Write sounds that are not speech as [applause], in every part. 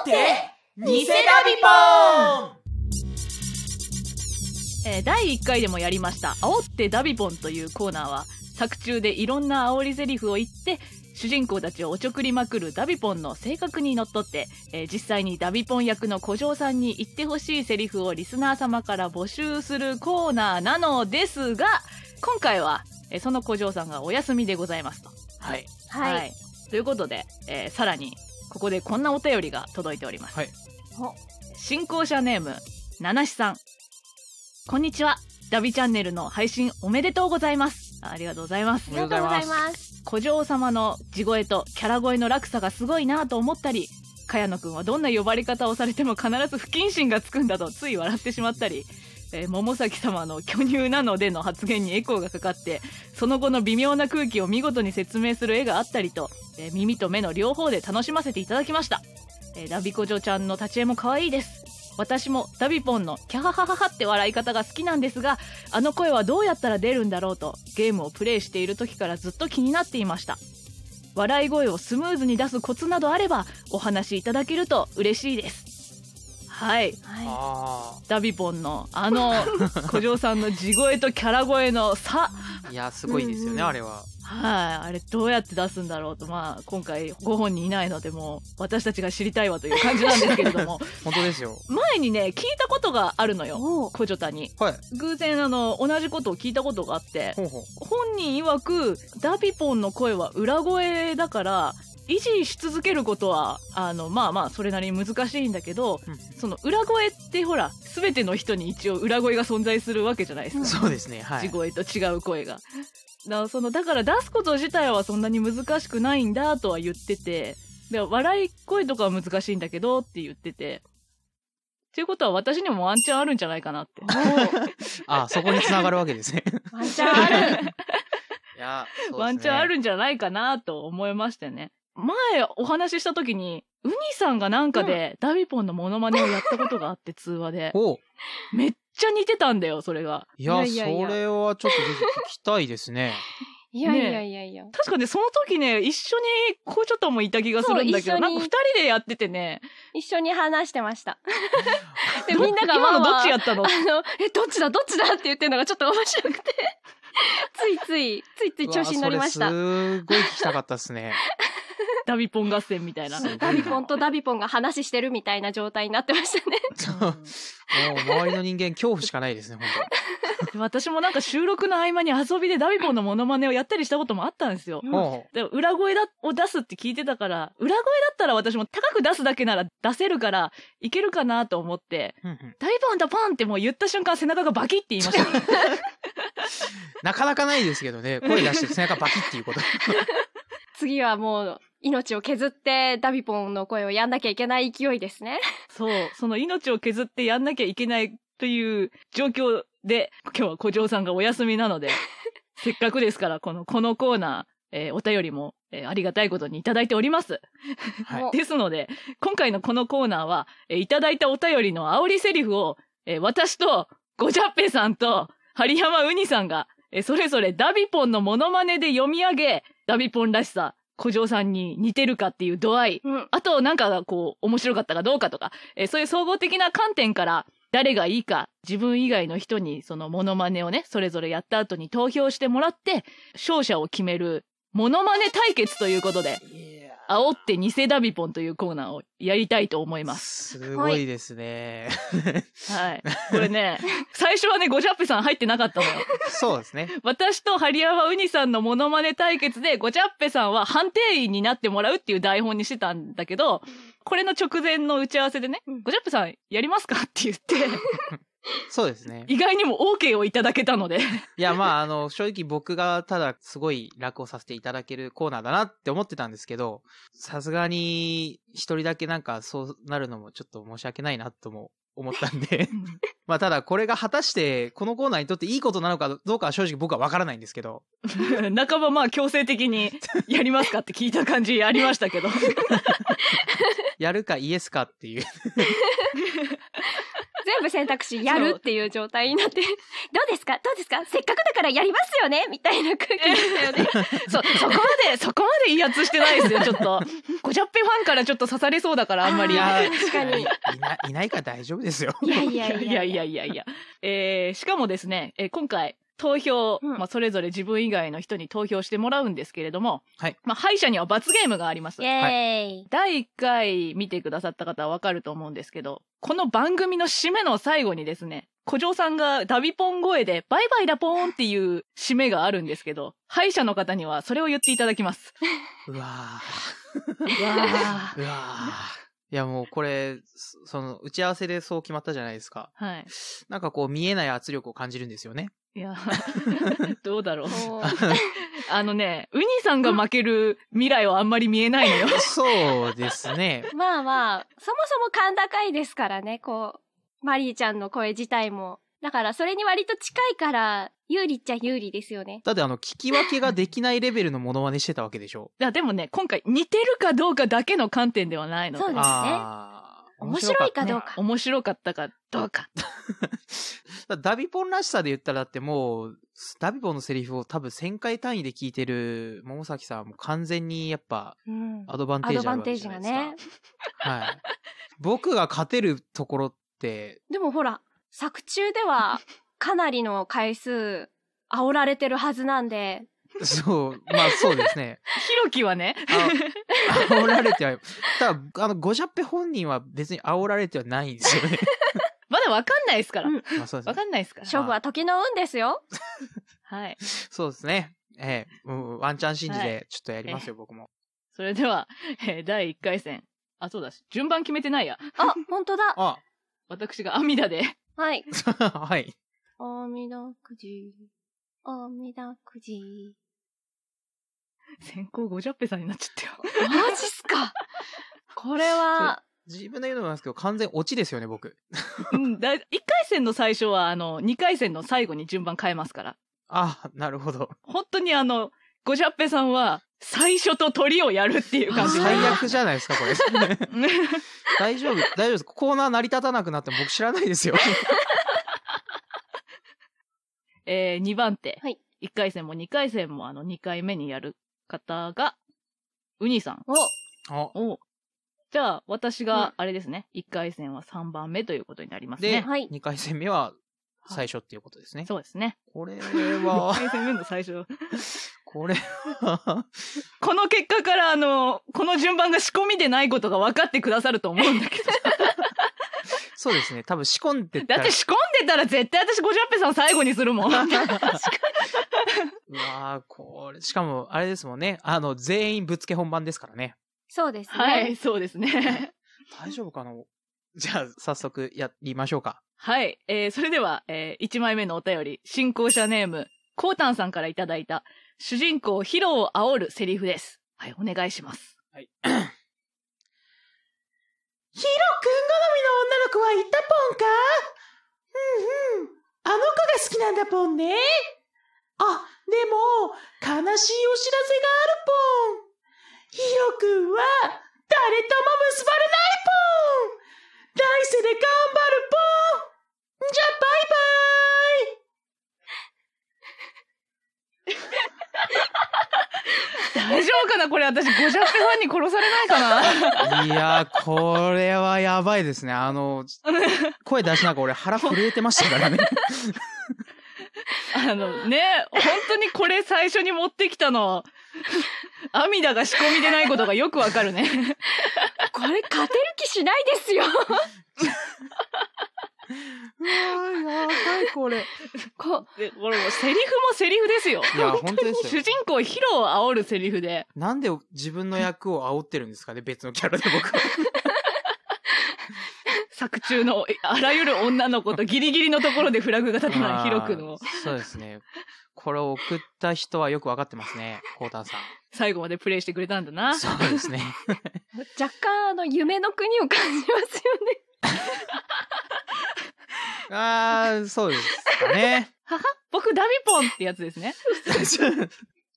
ってニセダビポポンえー第1回でもやりました「煽ってダビポン」というコーナーは作中でいろんな煽り台詞を言って主人公たちをおちょくりまくるダビポンの性格にのっとって、えー実際にダビポン役の小嬢さんに言ってほしい台詞をリスナー様から募集するコーナーなのですが今回は、えーその小嬢さんがお休みでございますと。はい。はい。ということで、えーさらにここでこんなお便りが届いております。はいお進行者ネーム七しさんこんにちはダビチャンネルの配信おめでとうございますありがとうございますありがとうございます。古城様の地声とキャラ声の落差がすごいなと思ったり茅野くんはどんな呼ばれ方をされても必ず不謹慎がつくんだとつい笑ってしまったり、えー桃崎様の巨乳なのでの発言にエコーがかかってその後の微妙な空気を見事に説明する絵があったりと、えー耳と目の両方で楽しませていただきました、えーダビコジョちゃんの立ち絵も可愛いです私もダビポンのキャハハハハって笑い方が好きなんですがあの声はどうやったら出るんだろうとゲームをプレイしている時からずっと気になっていました笑い声をスムーズに出すコツなどあればお話しいただけると嬉しいですはいあはダビポンのあの小嬢さんの地声とキャラ声の差あ。いや、すごいですようんうね、んあれは。はいあれどうやって出すんだろうとまあ今回ご本人いないのでもう私たちが知りたいわという感じなんですけれども本当ですよ。前にね聞いたことがあるのい。よお小女たにはい。偶然あの同じことを聞いたことがあってほうほう。本人曰くダビポンの声は裏声だから維持し続けることはあのまあまあそれなりに難しいんだけどその裏声ってほら全ての人に一応裏声が存在するわけじゃないですか、そうですね、はい地。声と違う声が。だからそのだから出すこと自体はそんなに難しくないんだとは言っててで笑い声とかは難しいんだけどって言ってて。っていうことは私にもワンチャンあるんじゃないか [laughs] なって。ああ、そこに繋がるわけですね。ワンチャン [laughs] ある。いや、ワンチャンあるんじゃないかなと思いましてね。前お話しした時に、ウニさんがなんかでダビポンのモノマネをやったことがあって通話で。おめっちゃ似てたんだよ、それが。いや、いやいやいやそれはちょっとぜひ聞きたいですね。いやいやいやいや。確かね、その時ね、一緒にこうちょっともいた気がするんだけそう一緒ど、になんか二人でやっててね、一緒に話してま [laughs] した。で、どみんなが今のどっちやっったの [laughs] あの、え、どっちだどっちだって言ってるのがちょっと面白 [laughs] くて。ついつい、ついつい調子に乗りましたう。わそれすごい聞きたかったですね。ダビポン合戦みたいな。すごいダビポンとダビポンが話してるみたいな状態になってましたも [laughs] ね。う周りの人間恐怖しかないですね、本で私もなんか収録の合間に遊びでダビポンのモノマネをやったりしたこともあったんですよ。当。もでも裏声だを出すって聞いてたから、裏声だったら私も高く出すだけなら出せるから、いけるかなと思って、う、うんうんダビポンだポンってもう言った瞬間背中がバキって言い [laughs] ました。なかなかないですけどね、声出して背中バキっていうこと。次はもう、命を削ってダビポンの声をやんなきゃいけない勢いです [laughs] ね。そう、その命を削ってやんなきゃいけないという状況で、今日は小嬢さんがお休み [laughs] なので、せっかくですから、この、このコーナー、えーお便りも、えーありがたいことにいただいております。はいもうですので、今回のこのコーナーは、えーいただいたお便りの煽りセリフを、えー私と、ごじゃっぺさんと、針山うにさんが、えーそれぞれダビポンのモノマネで読み上げ、ダビポンらしさ、小嬢さんに似てるかっていう度合い、うん。あと、なんか、こう、面白かったかどうかとか、えーそういう総合的な観点から、誰がいいか、自分以外の人に、その、モノマネをね、それぞれやった後に投票してもらって、勝者を決める、モノマネ対決ということで、煽って偽ダビポンというコーナーをやりたいと思います。すごいですね。はい。こ [laughs] れね、最初はね、ゴジャッペさん入ってなかったのよ。そうですね。私とハリアワウニさんのモノマネ対決で、ごちゃっぺさんは判定員になってもらうっていう台本にしてたんだけど、これの直前の打ち合わせでね、うんごちゃっぺさんやりますかって言って、そうですね。意外にも OK をいただけた [laughs] ので、いや、まあ、あの、正直僕がただすごい楽をさせていただけるコーナーだなって思ってたんですけど、さすがに一人だけなんかそうなるのもちょっと申し訳ないなとも思ったんで。 [laughs] まあ、ただこれが果たしてこのコーナーにとっていいことなのかどうかは正直僕はわからないんですけど。半ばまあ強制的にやりますかって聞いた感じありましたけど。やるかイエスかっていう。前全部選択肢やるっていう状態になって、どうですかどうですかせっかくだからやりますよねみたいな空気でしたよね。 [laughs] そ、そこまで、そこまで威圧してないですよ、ちょっと。ごじゃっぺファンからちょっと刺されそうだから、あんまり。いいややあー確かにいないないから大丈夫ですよ。 [laughs] いやいやいやいやいやいや。えー、しかもですね、えー今回、投票、うんまあ、それぞれ自分以外の人に投票してもらうんですけれども、はいまあ、敗者には罰ゲームがありますイ。エーイ。第1回見てくださった方はわかると思うんですけど、この番組の締めの最後にですね、小嬢さんがダビポン声で、バイバイだポーンっていう締めがあるんですけど、敗者の方にはそれを言っていただきます。うわわーうわーいやもうこれ、そその、打ち合わせでそう決まったじゃないですか。はい。なんかこう見えない圧力を感じるんですよね。いや、 [laughs] どうだろ [laughs] う。おーああのね、ウニさんが負ける未来はあんまり見えないのよ。 [laughs] そうですね。 [laughs] まあまあ、そもそも甲高いですからね、こう、マリーちゃんの声自体も。だから、それに割と近いから、有利っちゃ有利ですよね。だってあの、聞き分けができないレベルのモノマネしてたわけでしょ。いや、でもね、今回似てるかどうかだけの観点ではないので。そうですねあー面白いか面どうねか。面白かったかどうか。だダビポンらしさで言ったらだってもう、ダビポンのセリフを多分1000回単位で聞いてる桃崎さんはもう完全にやっぱうんアドバンテアードジあバるンわテけーじジゃながいですか。ね。はい。僕が勝てるところって、でもほら、作中では、かなりの回数、煽られてるはずなんで、そう、まあそうですね。ひろきはね、あ煽られては、ただ、あの、ごじゃっぺ本人は別に煽られてはないんですよ [laughs] ね。 [laughs] まだわかんないですからうん。まあそうですわね。かんないですから。勝負は時の運です [laughs] よ。はい。そうですね。ええ、うんワンチャン信じはでちょっとやりますよ、僕も。それでは、えー第1回戦。あ、そうだし、順番決めてないや。あ、本当だ。あ、 [laughs] 私が網田で。はい。はい。あみだくじ。あみだく [laughs] じ。先行ごじゃっぺさんになっちゃったよ。マジっすか。これは、自分で言うのもなんですけど、完全オチですよね、僕。 [laughs] うん、だ1回戦の最初は、あの、2回戦の最後に順番変えますから。あ、なるほど。本当にあの、ごじゃっぺさんは、最初と鳥をやるっていう感じ。最悪じゃないですか、 [laughs] これ。大丈夫、大丈夫です。コーナー成り立たなくなっても僕知らないですよ。 [laughs] えー、2番手。はい1回戦も2回戦も、あの、2回目にやる方が、ウニさん。お、おおじゃあ、私うんが、あれですね、1回戦は3番目ということになりますで、ね。はい2回戦目は最初っていうことですね。そうですね。これ1は、回戦目の最初。これは、この結果から、あの、この順番が仕込みでないことが分かってくださると思うんだけど。そうですね。多分仕込んでっただっらて、仕込んでたら絶対私、ごじゃっぺさん最後にする [laughs] もうん。わーこれ、しかも、あれですもんね。あの、全員ぶっつけ本番ですからね。そうですね。はい、そうですね。大丈夫かな [laughs] じゃあ、早速やりましょうか。はい。えー、それでは、えー、1枚目のお便り、進行者ネーム、コウタンさんからいただいた、主人公ヒロを煽るセリフです。はい、お願いします。はい。ヒロ君好みの女の子は言ったポンかうんうん。あの子が好きなんだポンね。あ、でも、悲しいお知らせがあるポン。ヒロ君は、誰とも結ばれないポン。来世で頑張るポン。じゃあ、バイバイ。大丈夫かなこれ私、ゴジャッペファンに殺されない [laughs] か [laughs] ないやー、これはやばいですね。あの、声出しながら俺腹震えてましたからね。あの、ね、本当にこれ最初に持ってきたの、アミダが仕込みでないことがよくわかるね。これ勝てる気しないです [laughs] よ。うわーやばい、これ。こでこれもうセリフもセリフですよ。いや、本当です主よ。人公ヒロを煽るセリフで、なんで自分の役を煽ってるんですかね、別のキャラで僕は。 [laughs] 作中のえあらゆる女の子とギリギリのところでフラグが立たないヒロ君あをーそうですね。これを送った人はよくわかってますね、コータンさん。最後までプレイしてくれたんだな。そうです [laughs] ね。う、若干あの、夢の国を感じますよね。ああ、そうですかね。 [laughs] 僕ダビポンってやつですね。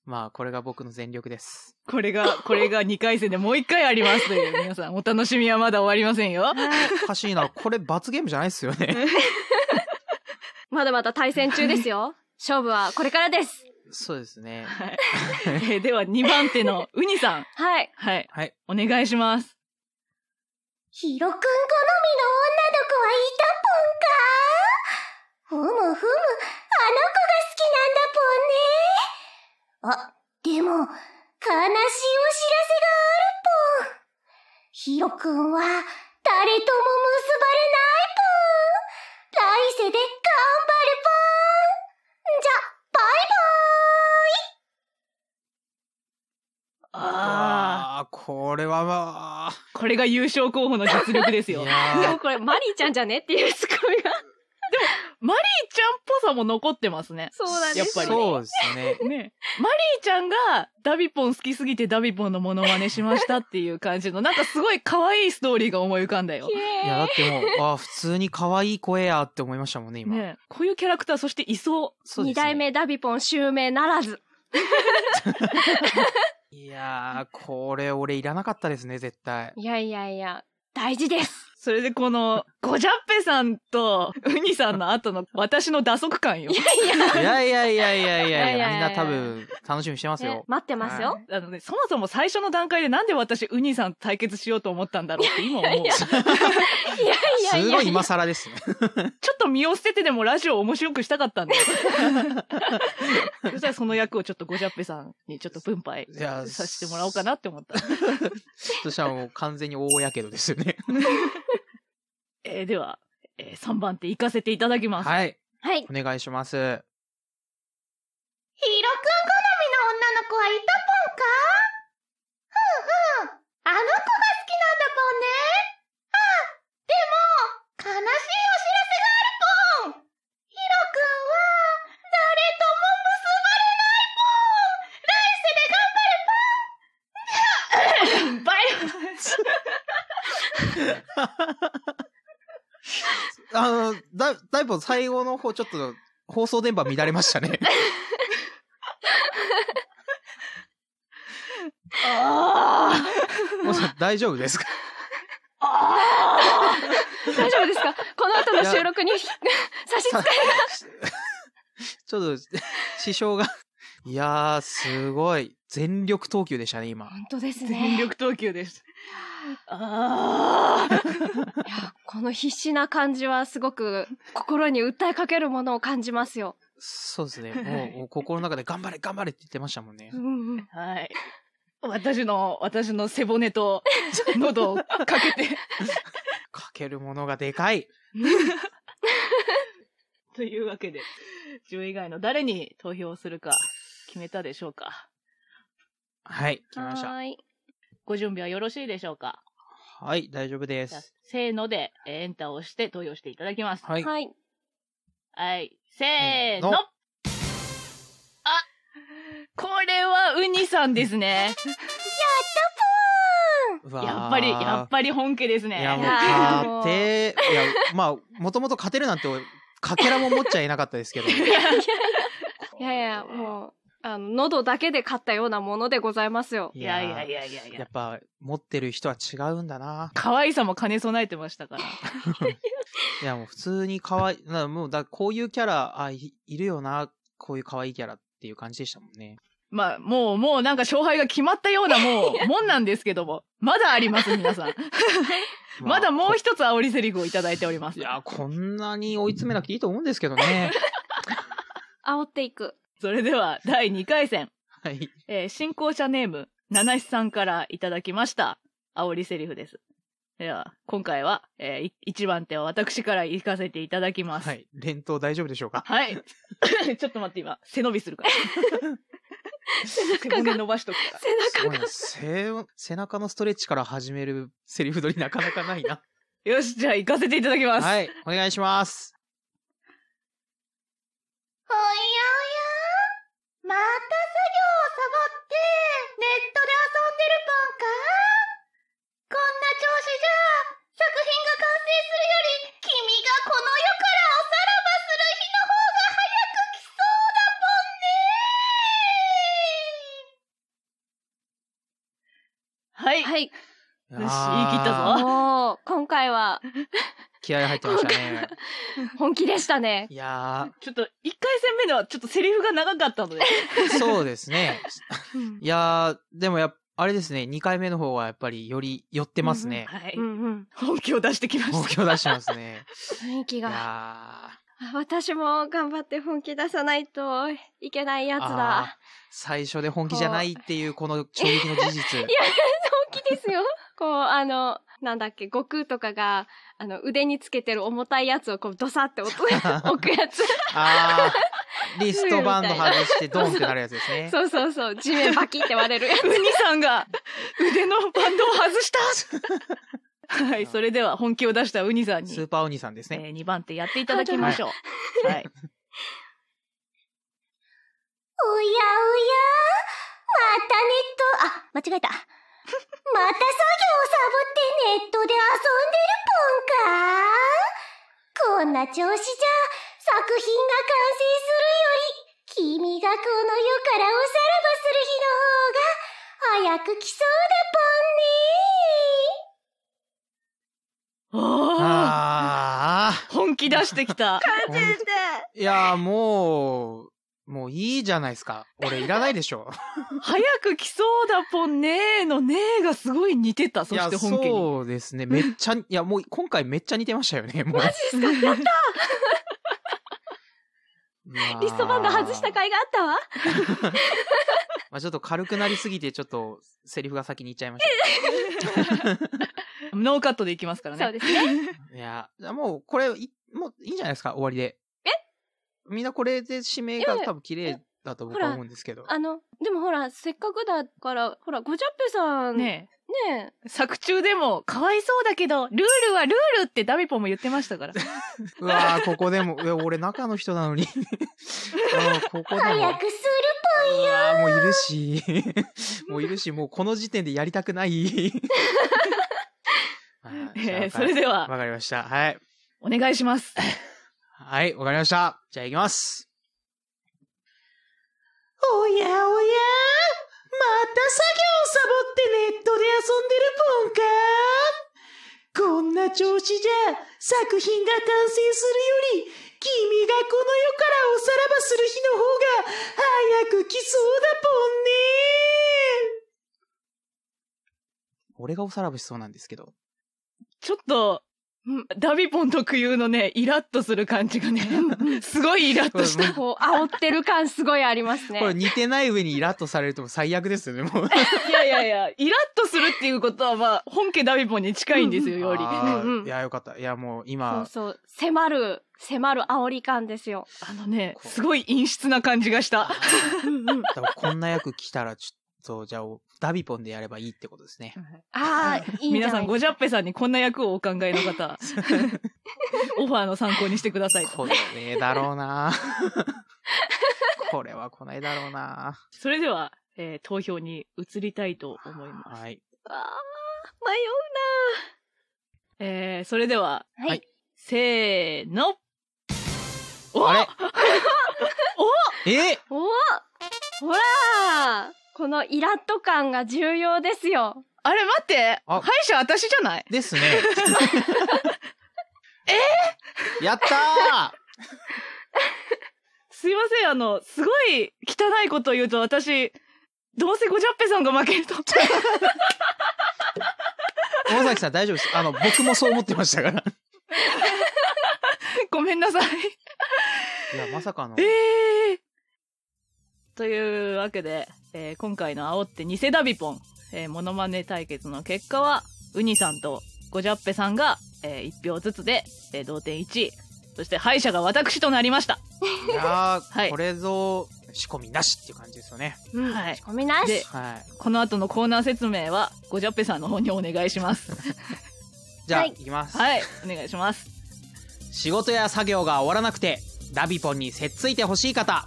まあ、これが僕の全力です。これが、これが2回戦でもう1回ありますという、皆さん、お楽しみはまだ終わりませんよ。おかしいな。これ罰ゲームじゃないっすよ [laughs] ね。まだまだ対戦中ですよ。勝負はこれからです。そうですね。はい。えーでは、2番手のウニさん。はい。はい。はい。お願いします。ヒロくん好みの女の子はいたぽんかふむふむ、あの子が好きなんだぽんね。あ、でも、悲しいお知らせがあるぽん。ヒロくんは、誰とも結ばれないぽん。来世で頑張るぽん。じゃ、バイバーイああ、あー、これはまあ。これが優勝候補の実力ですいよ。やマでリーーもこれ、マリーちゃんじゃねっていうツッコミが。ちゃんっぽさも残ってますね。そうなんですやっぱりそうですね。ねマリーちゃんがダビポン好きすぎてダビポンのモノマネしましたっていう感じの、なんかすごい可愛いストーリーが思い浮かんだよ。いや、だってもう、あー普通に可愛い声やって思いましたもんね、今。ねこういうキャラクター、そしていそそう二ですね代目ダビポン襲名ならず。いやー、これ俺いらなかったですね、絶 [laughs] 対。いやいやいや、大事です。う。それでこの、ゴジャッペさんとウニさんの後の私の打足感よい。やいや、いやいやいやいやいやいやいやいいやや、みんな多分楽しみにしてますねよ。待ってますよ。あのね、そもそも最初の段階でなんで私ウニさんと対決しようと思ったんだろうって今思いう。ちょやいやいすやごい今更ですね。っと身を捨ててでもラジオ面白くしたかったんだよ。そしたらその役をちょっとゴジャッペさんにちょっと分配いやさせてもらおうかなって思った。そしたらもう完全に大やけどですよね。えーでは、えー3番手行かせていただきます。はい。 [laughs] はい。お願いします。ヒロくん好みの女の子はいたぽんかふんふん。あの子が好きなんだぽんね。あ、でも、悲しいお知らせがあるぽん。ヒロくんは、誰とも結ばれないぽん。来世で頑張るぽん。バイあの、だ、だいぶ最後の方ちょっと放送電波乱れましたね。あもうさ大丈夫ですか大丈夫ですかこの後の収録に [laughs] 差し [laughs] 支え。ちょっと、 [laughs] 支障が。いやー、すごい。全力投球でしたね、今。本当です全ね。力投球です。あーいや、この必死な感じはすごく心に訴えかけるものを感じますよ。そうです [laughs] ね。もう、もう心の中で頑張れ、頑張れって言ってましたもんねう。んうん。はい。私の、私の背骨と喉をかけて。かけるものがでかい。 [laughs] というわけで、自分以外の誰に投票するか決めたでしょうか。はい、来はました。ーい。ご準備はよろしいでしょうか。はい、大丈夫でじゃあす。せーので、えーエンターを押して投票していただきます。はい。はい。はい。せーの。のあこれはウニさんです [laughs] ね。うわーやっぱり、やっぱり本家ですね。いや、もう、 [laughs] や勝て、いや、まあ、もともと勝てるなんて、かけらも持っちゃいなかったですけど。いやいや、もう、あの、喉だけで買ったようなものでございますよ。 [laughs] いやいやいやいやいーややっ。ぱ、持ってる人は違うんだな。可愛さも兼ね備えてましたから。いや、もう普通に可愛い、なもう、だこういうキャラ、あ、いいるよな、こういう可愛いキャラっていう感じでしたもんね。まあ、もう、もうなんか勝敗が決まったようなもう、もんなんですけど [laughs] も。まだあり [laughs] ます、皆さん。まだもう一つ煽りセリフをいただいております。いや、こ [laughs] んなに追い詰めなくていいと思うんですけど [laughs] ね。煽っていく。それでは、第2回戦。はい。えー進行者ネーム、七七さんからいただきました。煽りセリフです。では、今回は、え1番手は私から行かせていただきます。は。い。連投大丈夫でしょうかはい [coughs] ちょっと待って、今、背伸びするから。 [laughs] 背骨伸ばしとくから。すごいな背背中のストレッチから始めるセリフ取りなかなかないな。よし、じゃあ行かせていただき [laughs] ます。はい。お願いします。おやおやまた作業をサボってネットで遊んでるぽんかこんな調子じゃ作品が完成するより君がこの世からおさらばする日の方が早く来そうだぽんねい。言い切ったおぞあーー、今回は気合入ってました [laughs] ね。本気でした [laughs] ね。いやちょっと、一回戦目ではちょっとセリフが長かったので。ー、そうですね。うんいやー、でもやっあれですね、2回目の方はやっぱりより寄ってますね。はいうん。うん。本気を出してきま目し標出してますね。雰囲気いが。やー。私も頑張って本気出さないといけないやつあーだ。最初で本気じゃないっていうこの衝撃の事実。 [laughs] いや、本気ですよ。 [laughs] こう、あの、なんだっけ、悟空とかが、あの、腕につけてる重たいやつをこう、ドサっ [laughs] て置く置くやつ。あー、リストバンド外して [laughs] ドンってなるやつですね。そうそうそう、地面バキって割れるやた。ウニさんが腕のバンドを外した。はい、それでは本気を出したウニさんに、スーパーお兄さんですね。え2番手やっていただきましょう。はい。おやおやまたネット、あ、間違えた。 [laughs] また作業をサボってネットで遊んでるポンかこんな調子じゃ作品が完成するより、君がこの世からおさらばする日の方が早く来そうおーあ本気出してきた。ー、ほんだポンねだいやーもう、もういいじゃないですか。俺いらないでしょ。 [laughs] 早く来そうだぽんねーのねーがすごい似てた。そいやして本家に。そうですね。めっちゃ、いやもう今回めっちゃ似てましたよね。もう。まあつ。リストバンド外した甲斐があったわ。まあちょっと軽くなりすぎて、ちょっとセリフが先にいっちゃいました。ノーカットでいきますからね。そうですね。いや、もうこれ、いもういいんじゃないですか、終わりで。えみんなこれで指名がいや多分綺麗だと僕ほはら思うんですけど。あの、でもほら、せっかくだから、ほら、ごじゃっぺさん。ねねえ作中でも、かわいそうだけど、ルールはルールってダビポンも言ってましたから。うわぁ、ここでも、いや俺中の人な [laughs] のに。あここでも。ポンか早くするうわーもういるし、 [laughs] もういるし、もうこの時点でやりたく [laughs] ない。はいじゃあえーそれでは、わかりました。はい。お願いします。はい、わかりました。じゃあ行きます。おやおやまた作業をサボってネットで遊んでるポンかこんな調子じゃ作品が完成するより君がこの世からおさらばする日の方が早く来そうだ俺がおさらばしそうなんですけど。ちょっと、うんダビポン特有のね、イラッとする感じがね、すごいイラッとしこれた。こう、煽ってる感すごいありますねこ。れ似てない上にイラッとされると最悪ですよね、 [laughs] もう。いやいやいや、イラッとするっていうことは、まあ、本家ダビポンに近いんですよ、より。ああーうんうんいや、よかった。いや、もうそう今、そう。迫る、迫る煽り感ですよ。のね、すごい陰湿な感じがした。多分こんな役来たら、ちょっと、じゃあ、ダビポンでやればいいってこと [laughs] ですね。ああ、いいんじゃない皆さん、ごじゃっぺさんにこんな役をお考えの [laughs] 方、オファーの参考にしてくださいと。これだろうなこれは来ないだろうなそれでは、えー投票に移りたいと思います。はい。あー迷えー、それでは、うな。はい。せーの。おあれえおおほらーこのイラッと感が重要ですよ。あれ待ってあ歯医者私じゃないです [laughs] ね。えやったすいません、あの、すごい汚いことを言うと私、どうせごじゃっぺさんが負けると。ー大崎さん大丈夫です。あの、僕もそう思ってましたから。ごめんなさい。いや、まさかの。ええというわけで、えー今回の煽って偽ダビポン、えーモノマネ対決の結果は、ウニさんとゴジャッペさんが、え1票ずつで、えー同点1位。そして敗者が私となりました。いやー、はいこれぞ、仕込みなしっていう感じですよね。うん。はい仕込みなでし。はい。この後のコーナー説明は、ゴジャッペさんの方にお願いします。じゃあ、はいい、きます。はい、お願いします。仕事や作業が終わらなくてダビポンにせっついてほしい方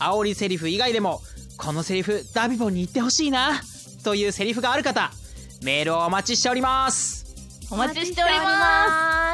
煽りセリフ以外でもこのセリフダビポンに言ってほしいなというセリフがある方メールをお待ちしておりますお待ちしております。す。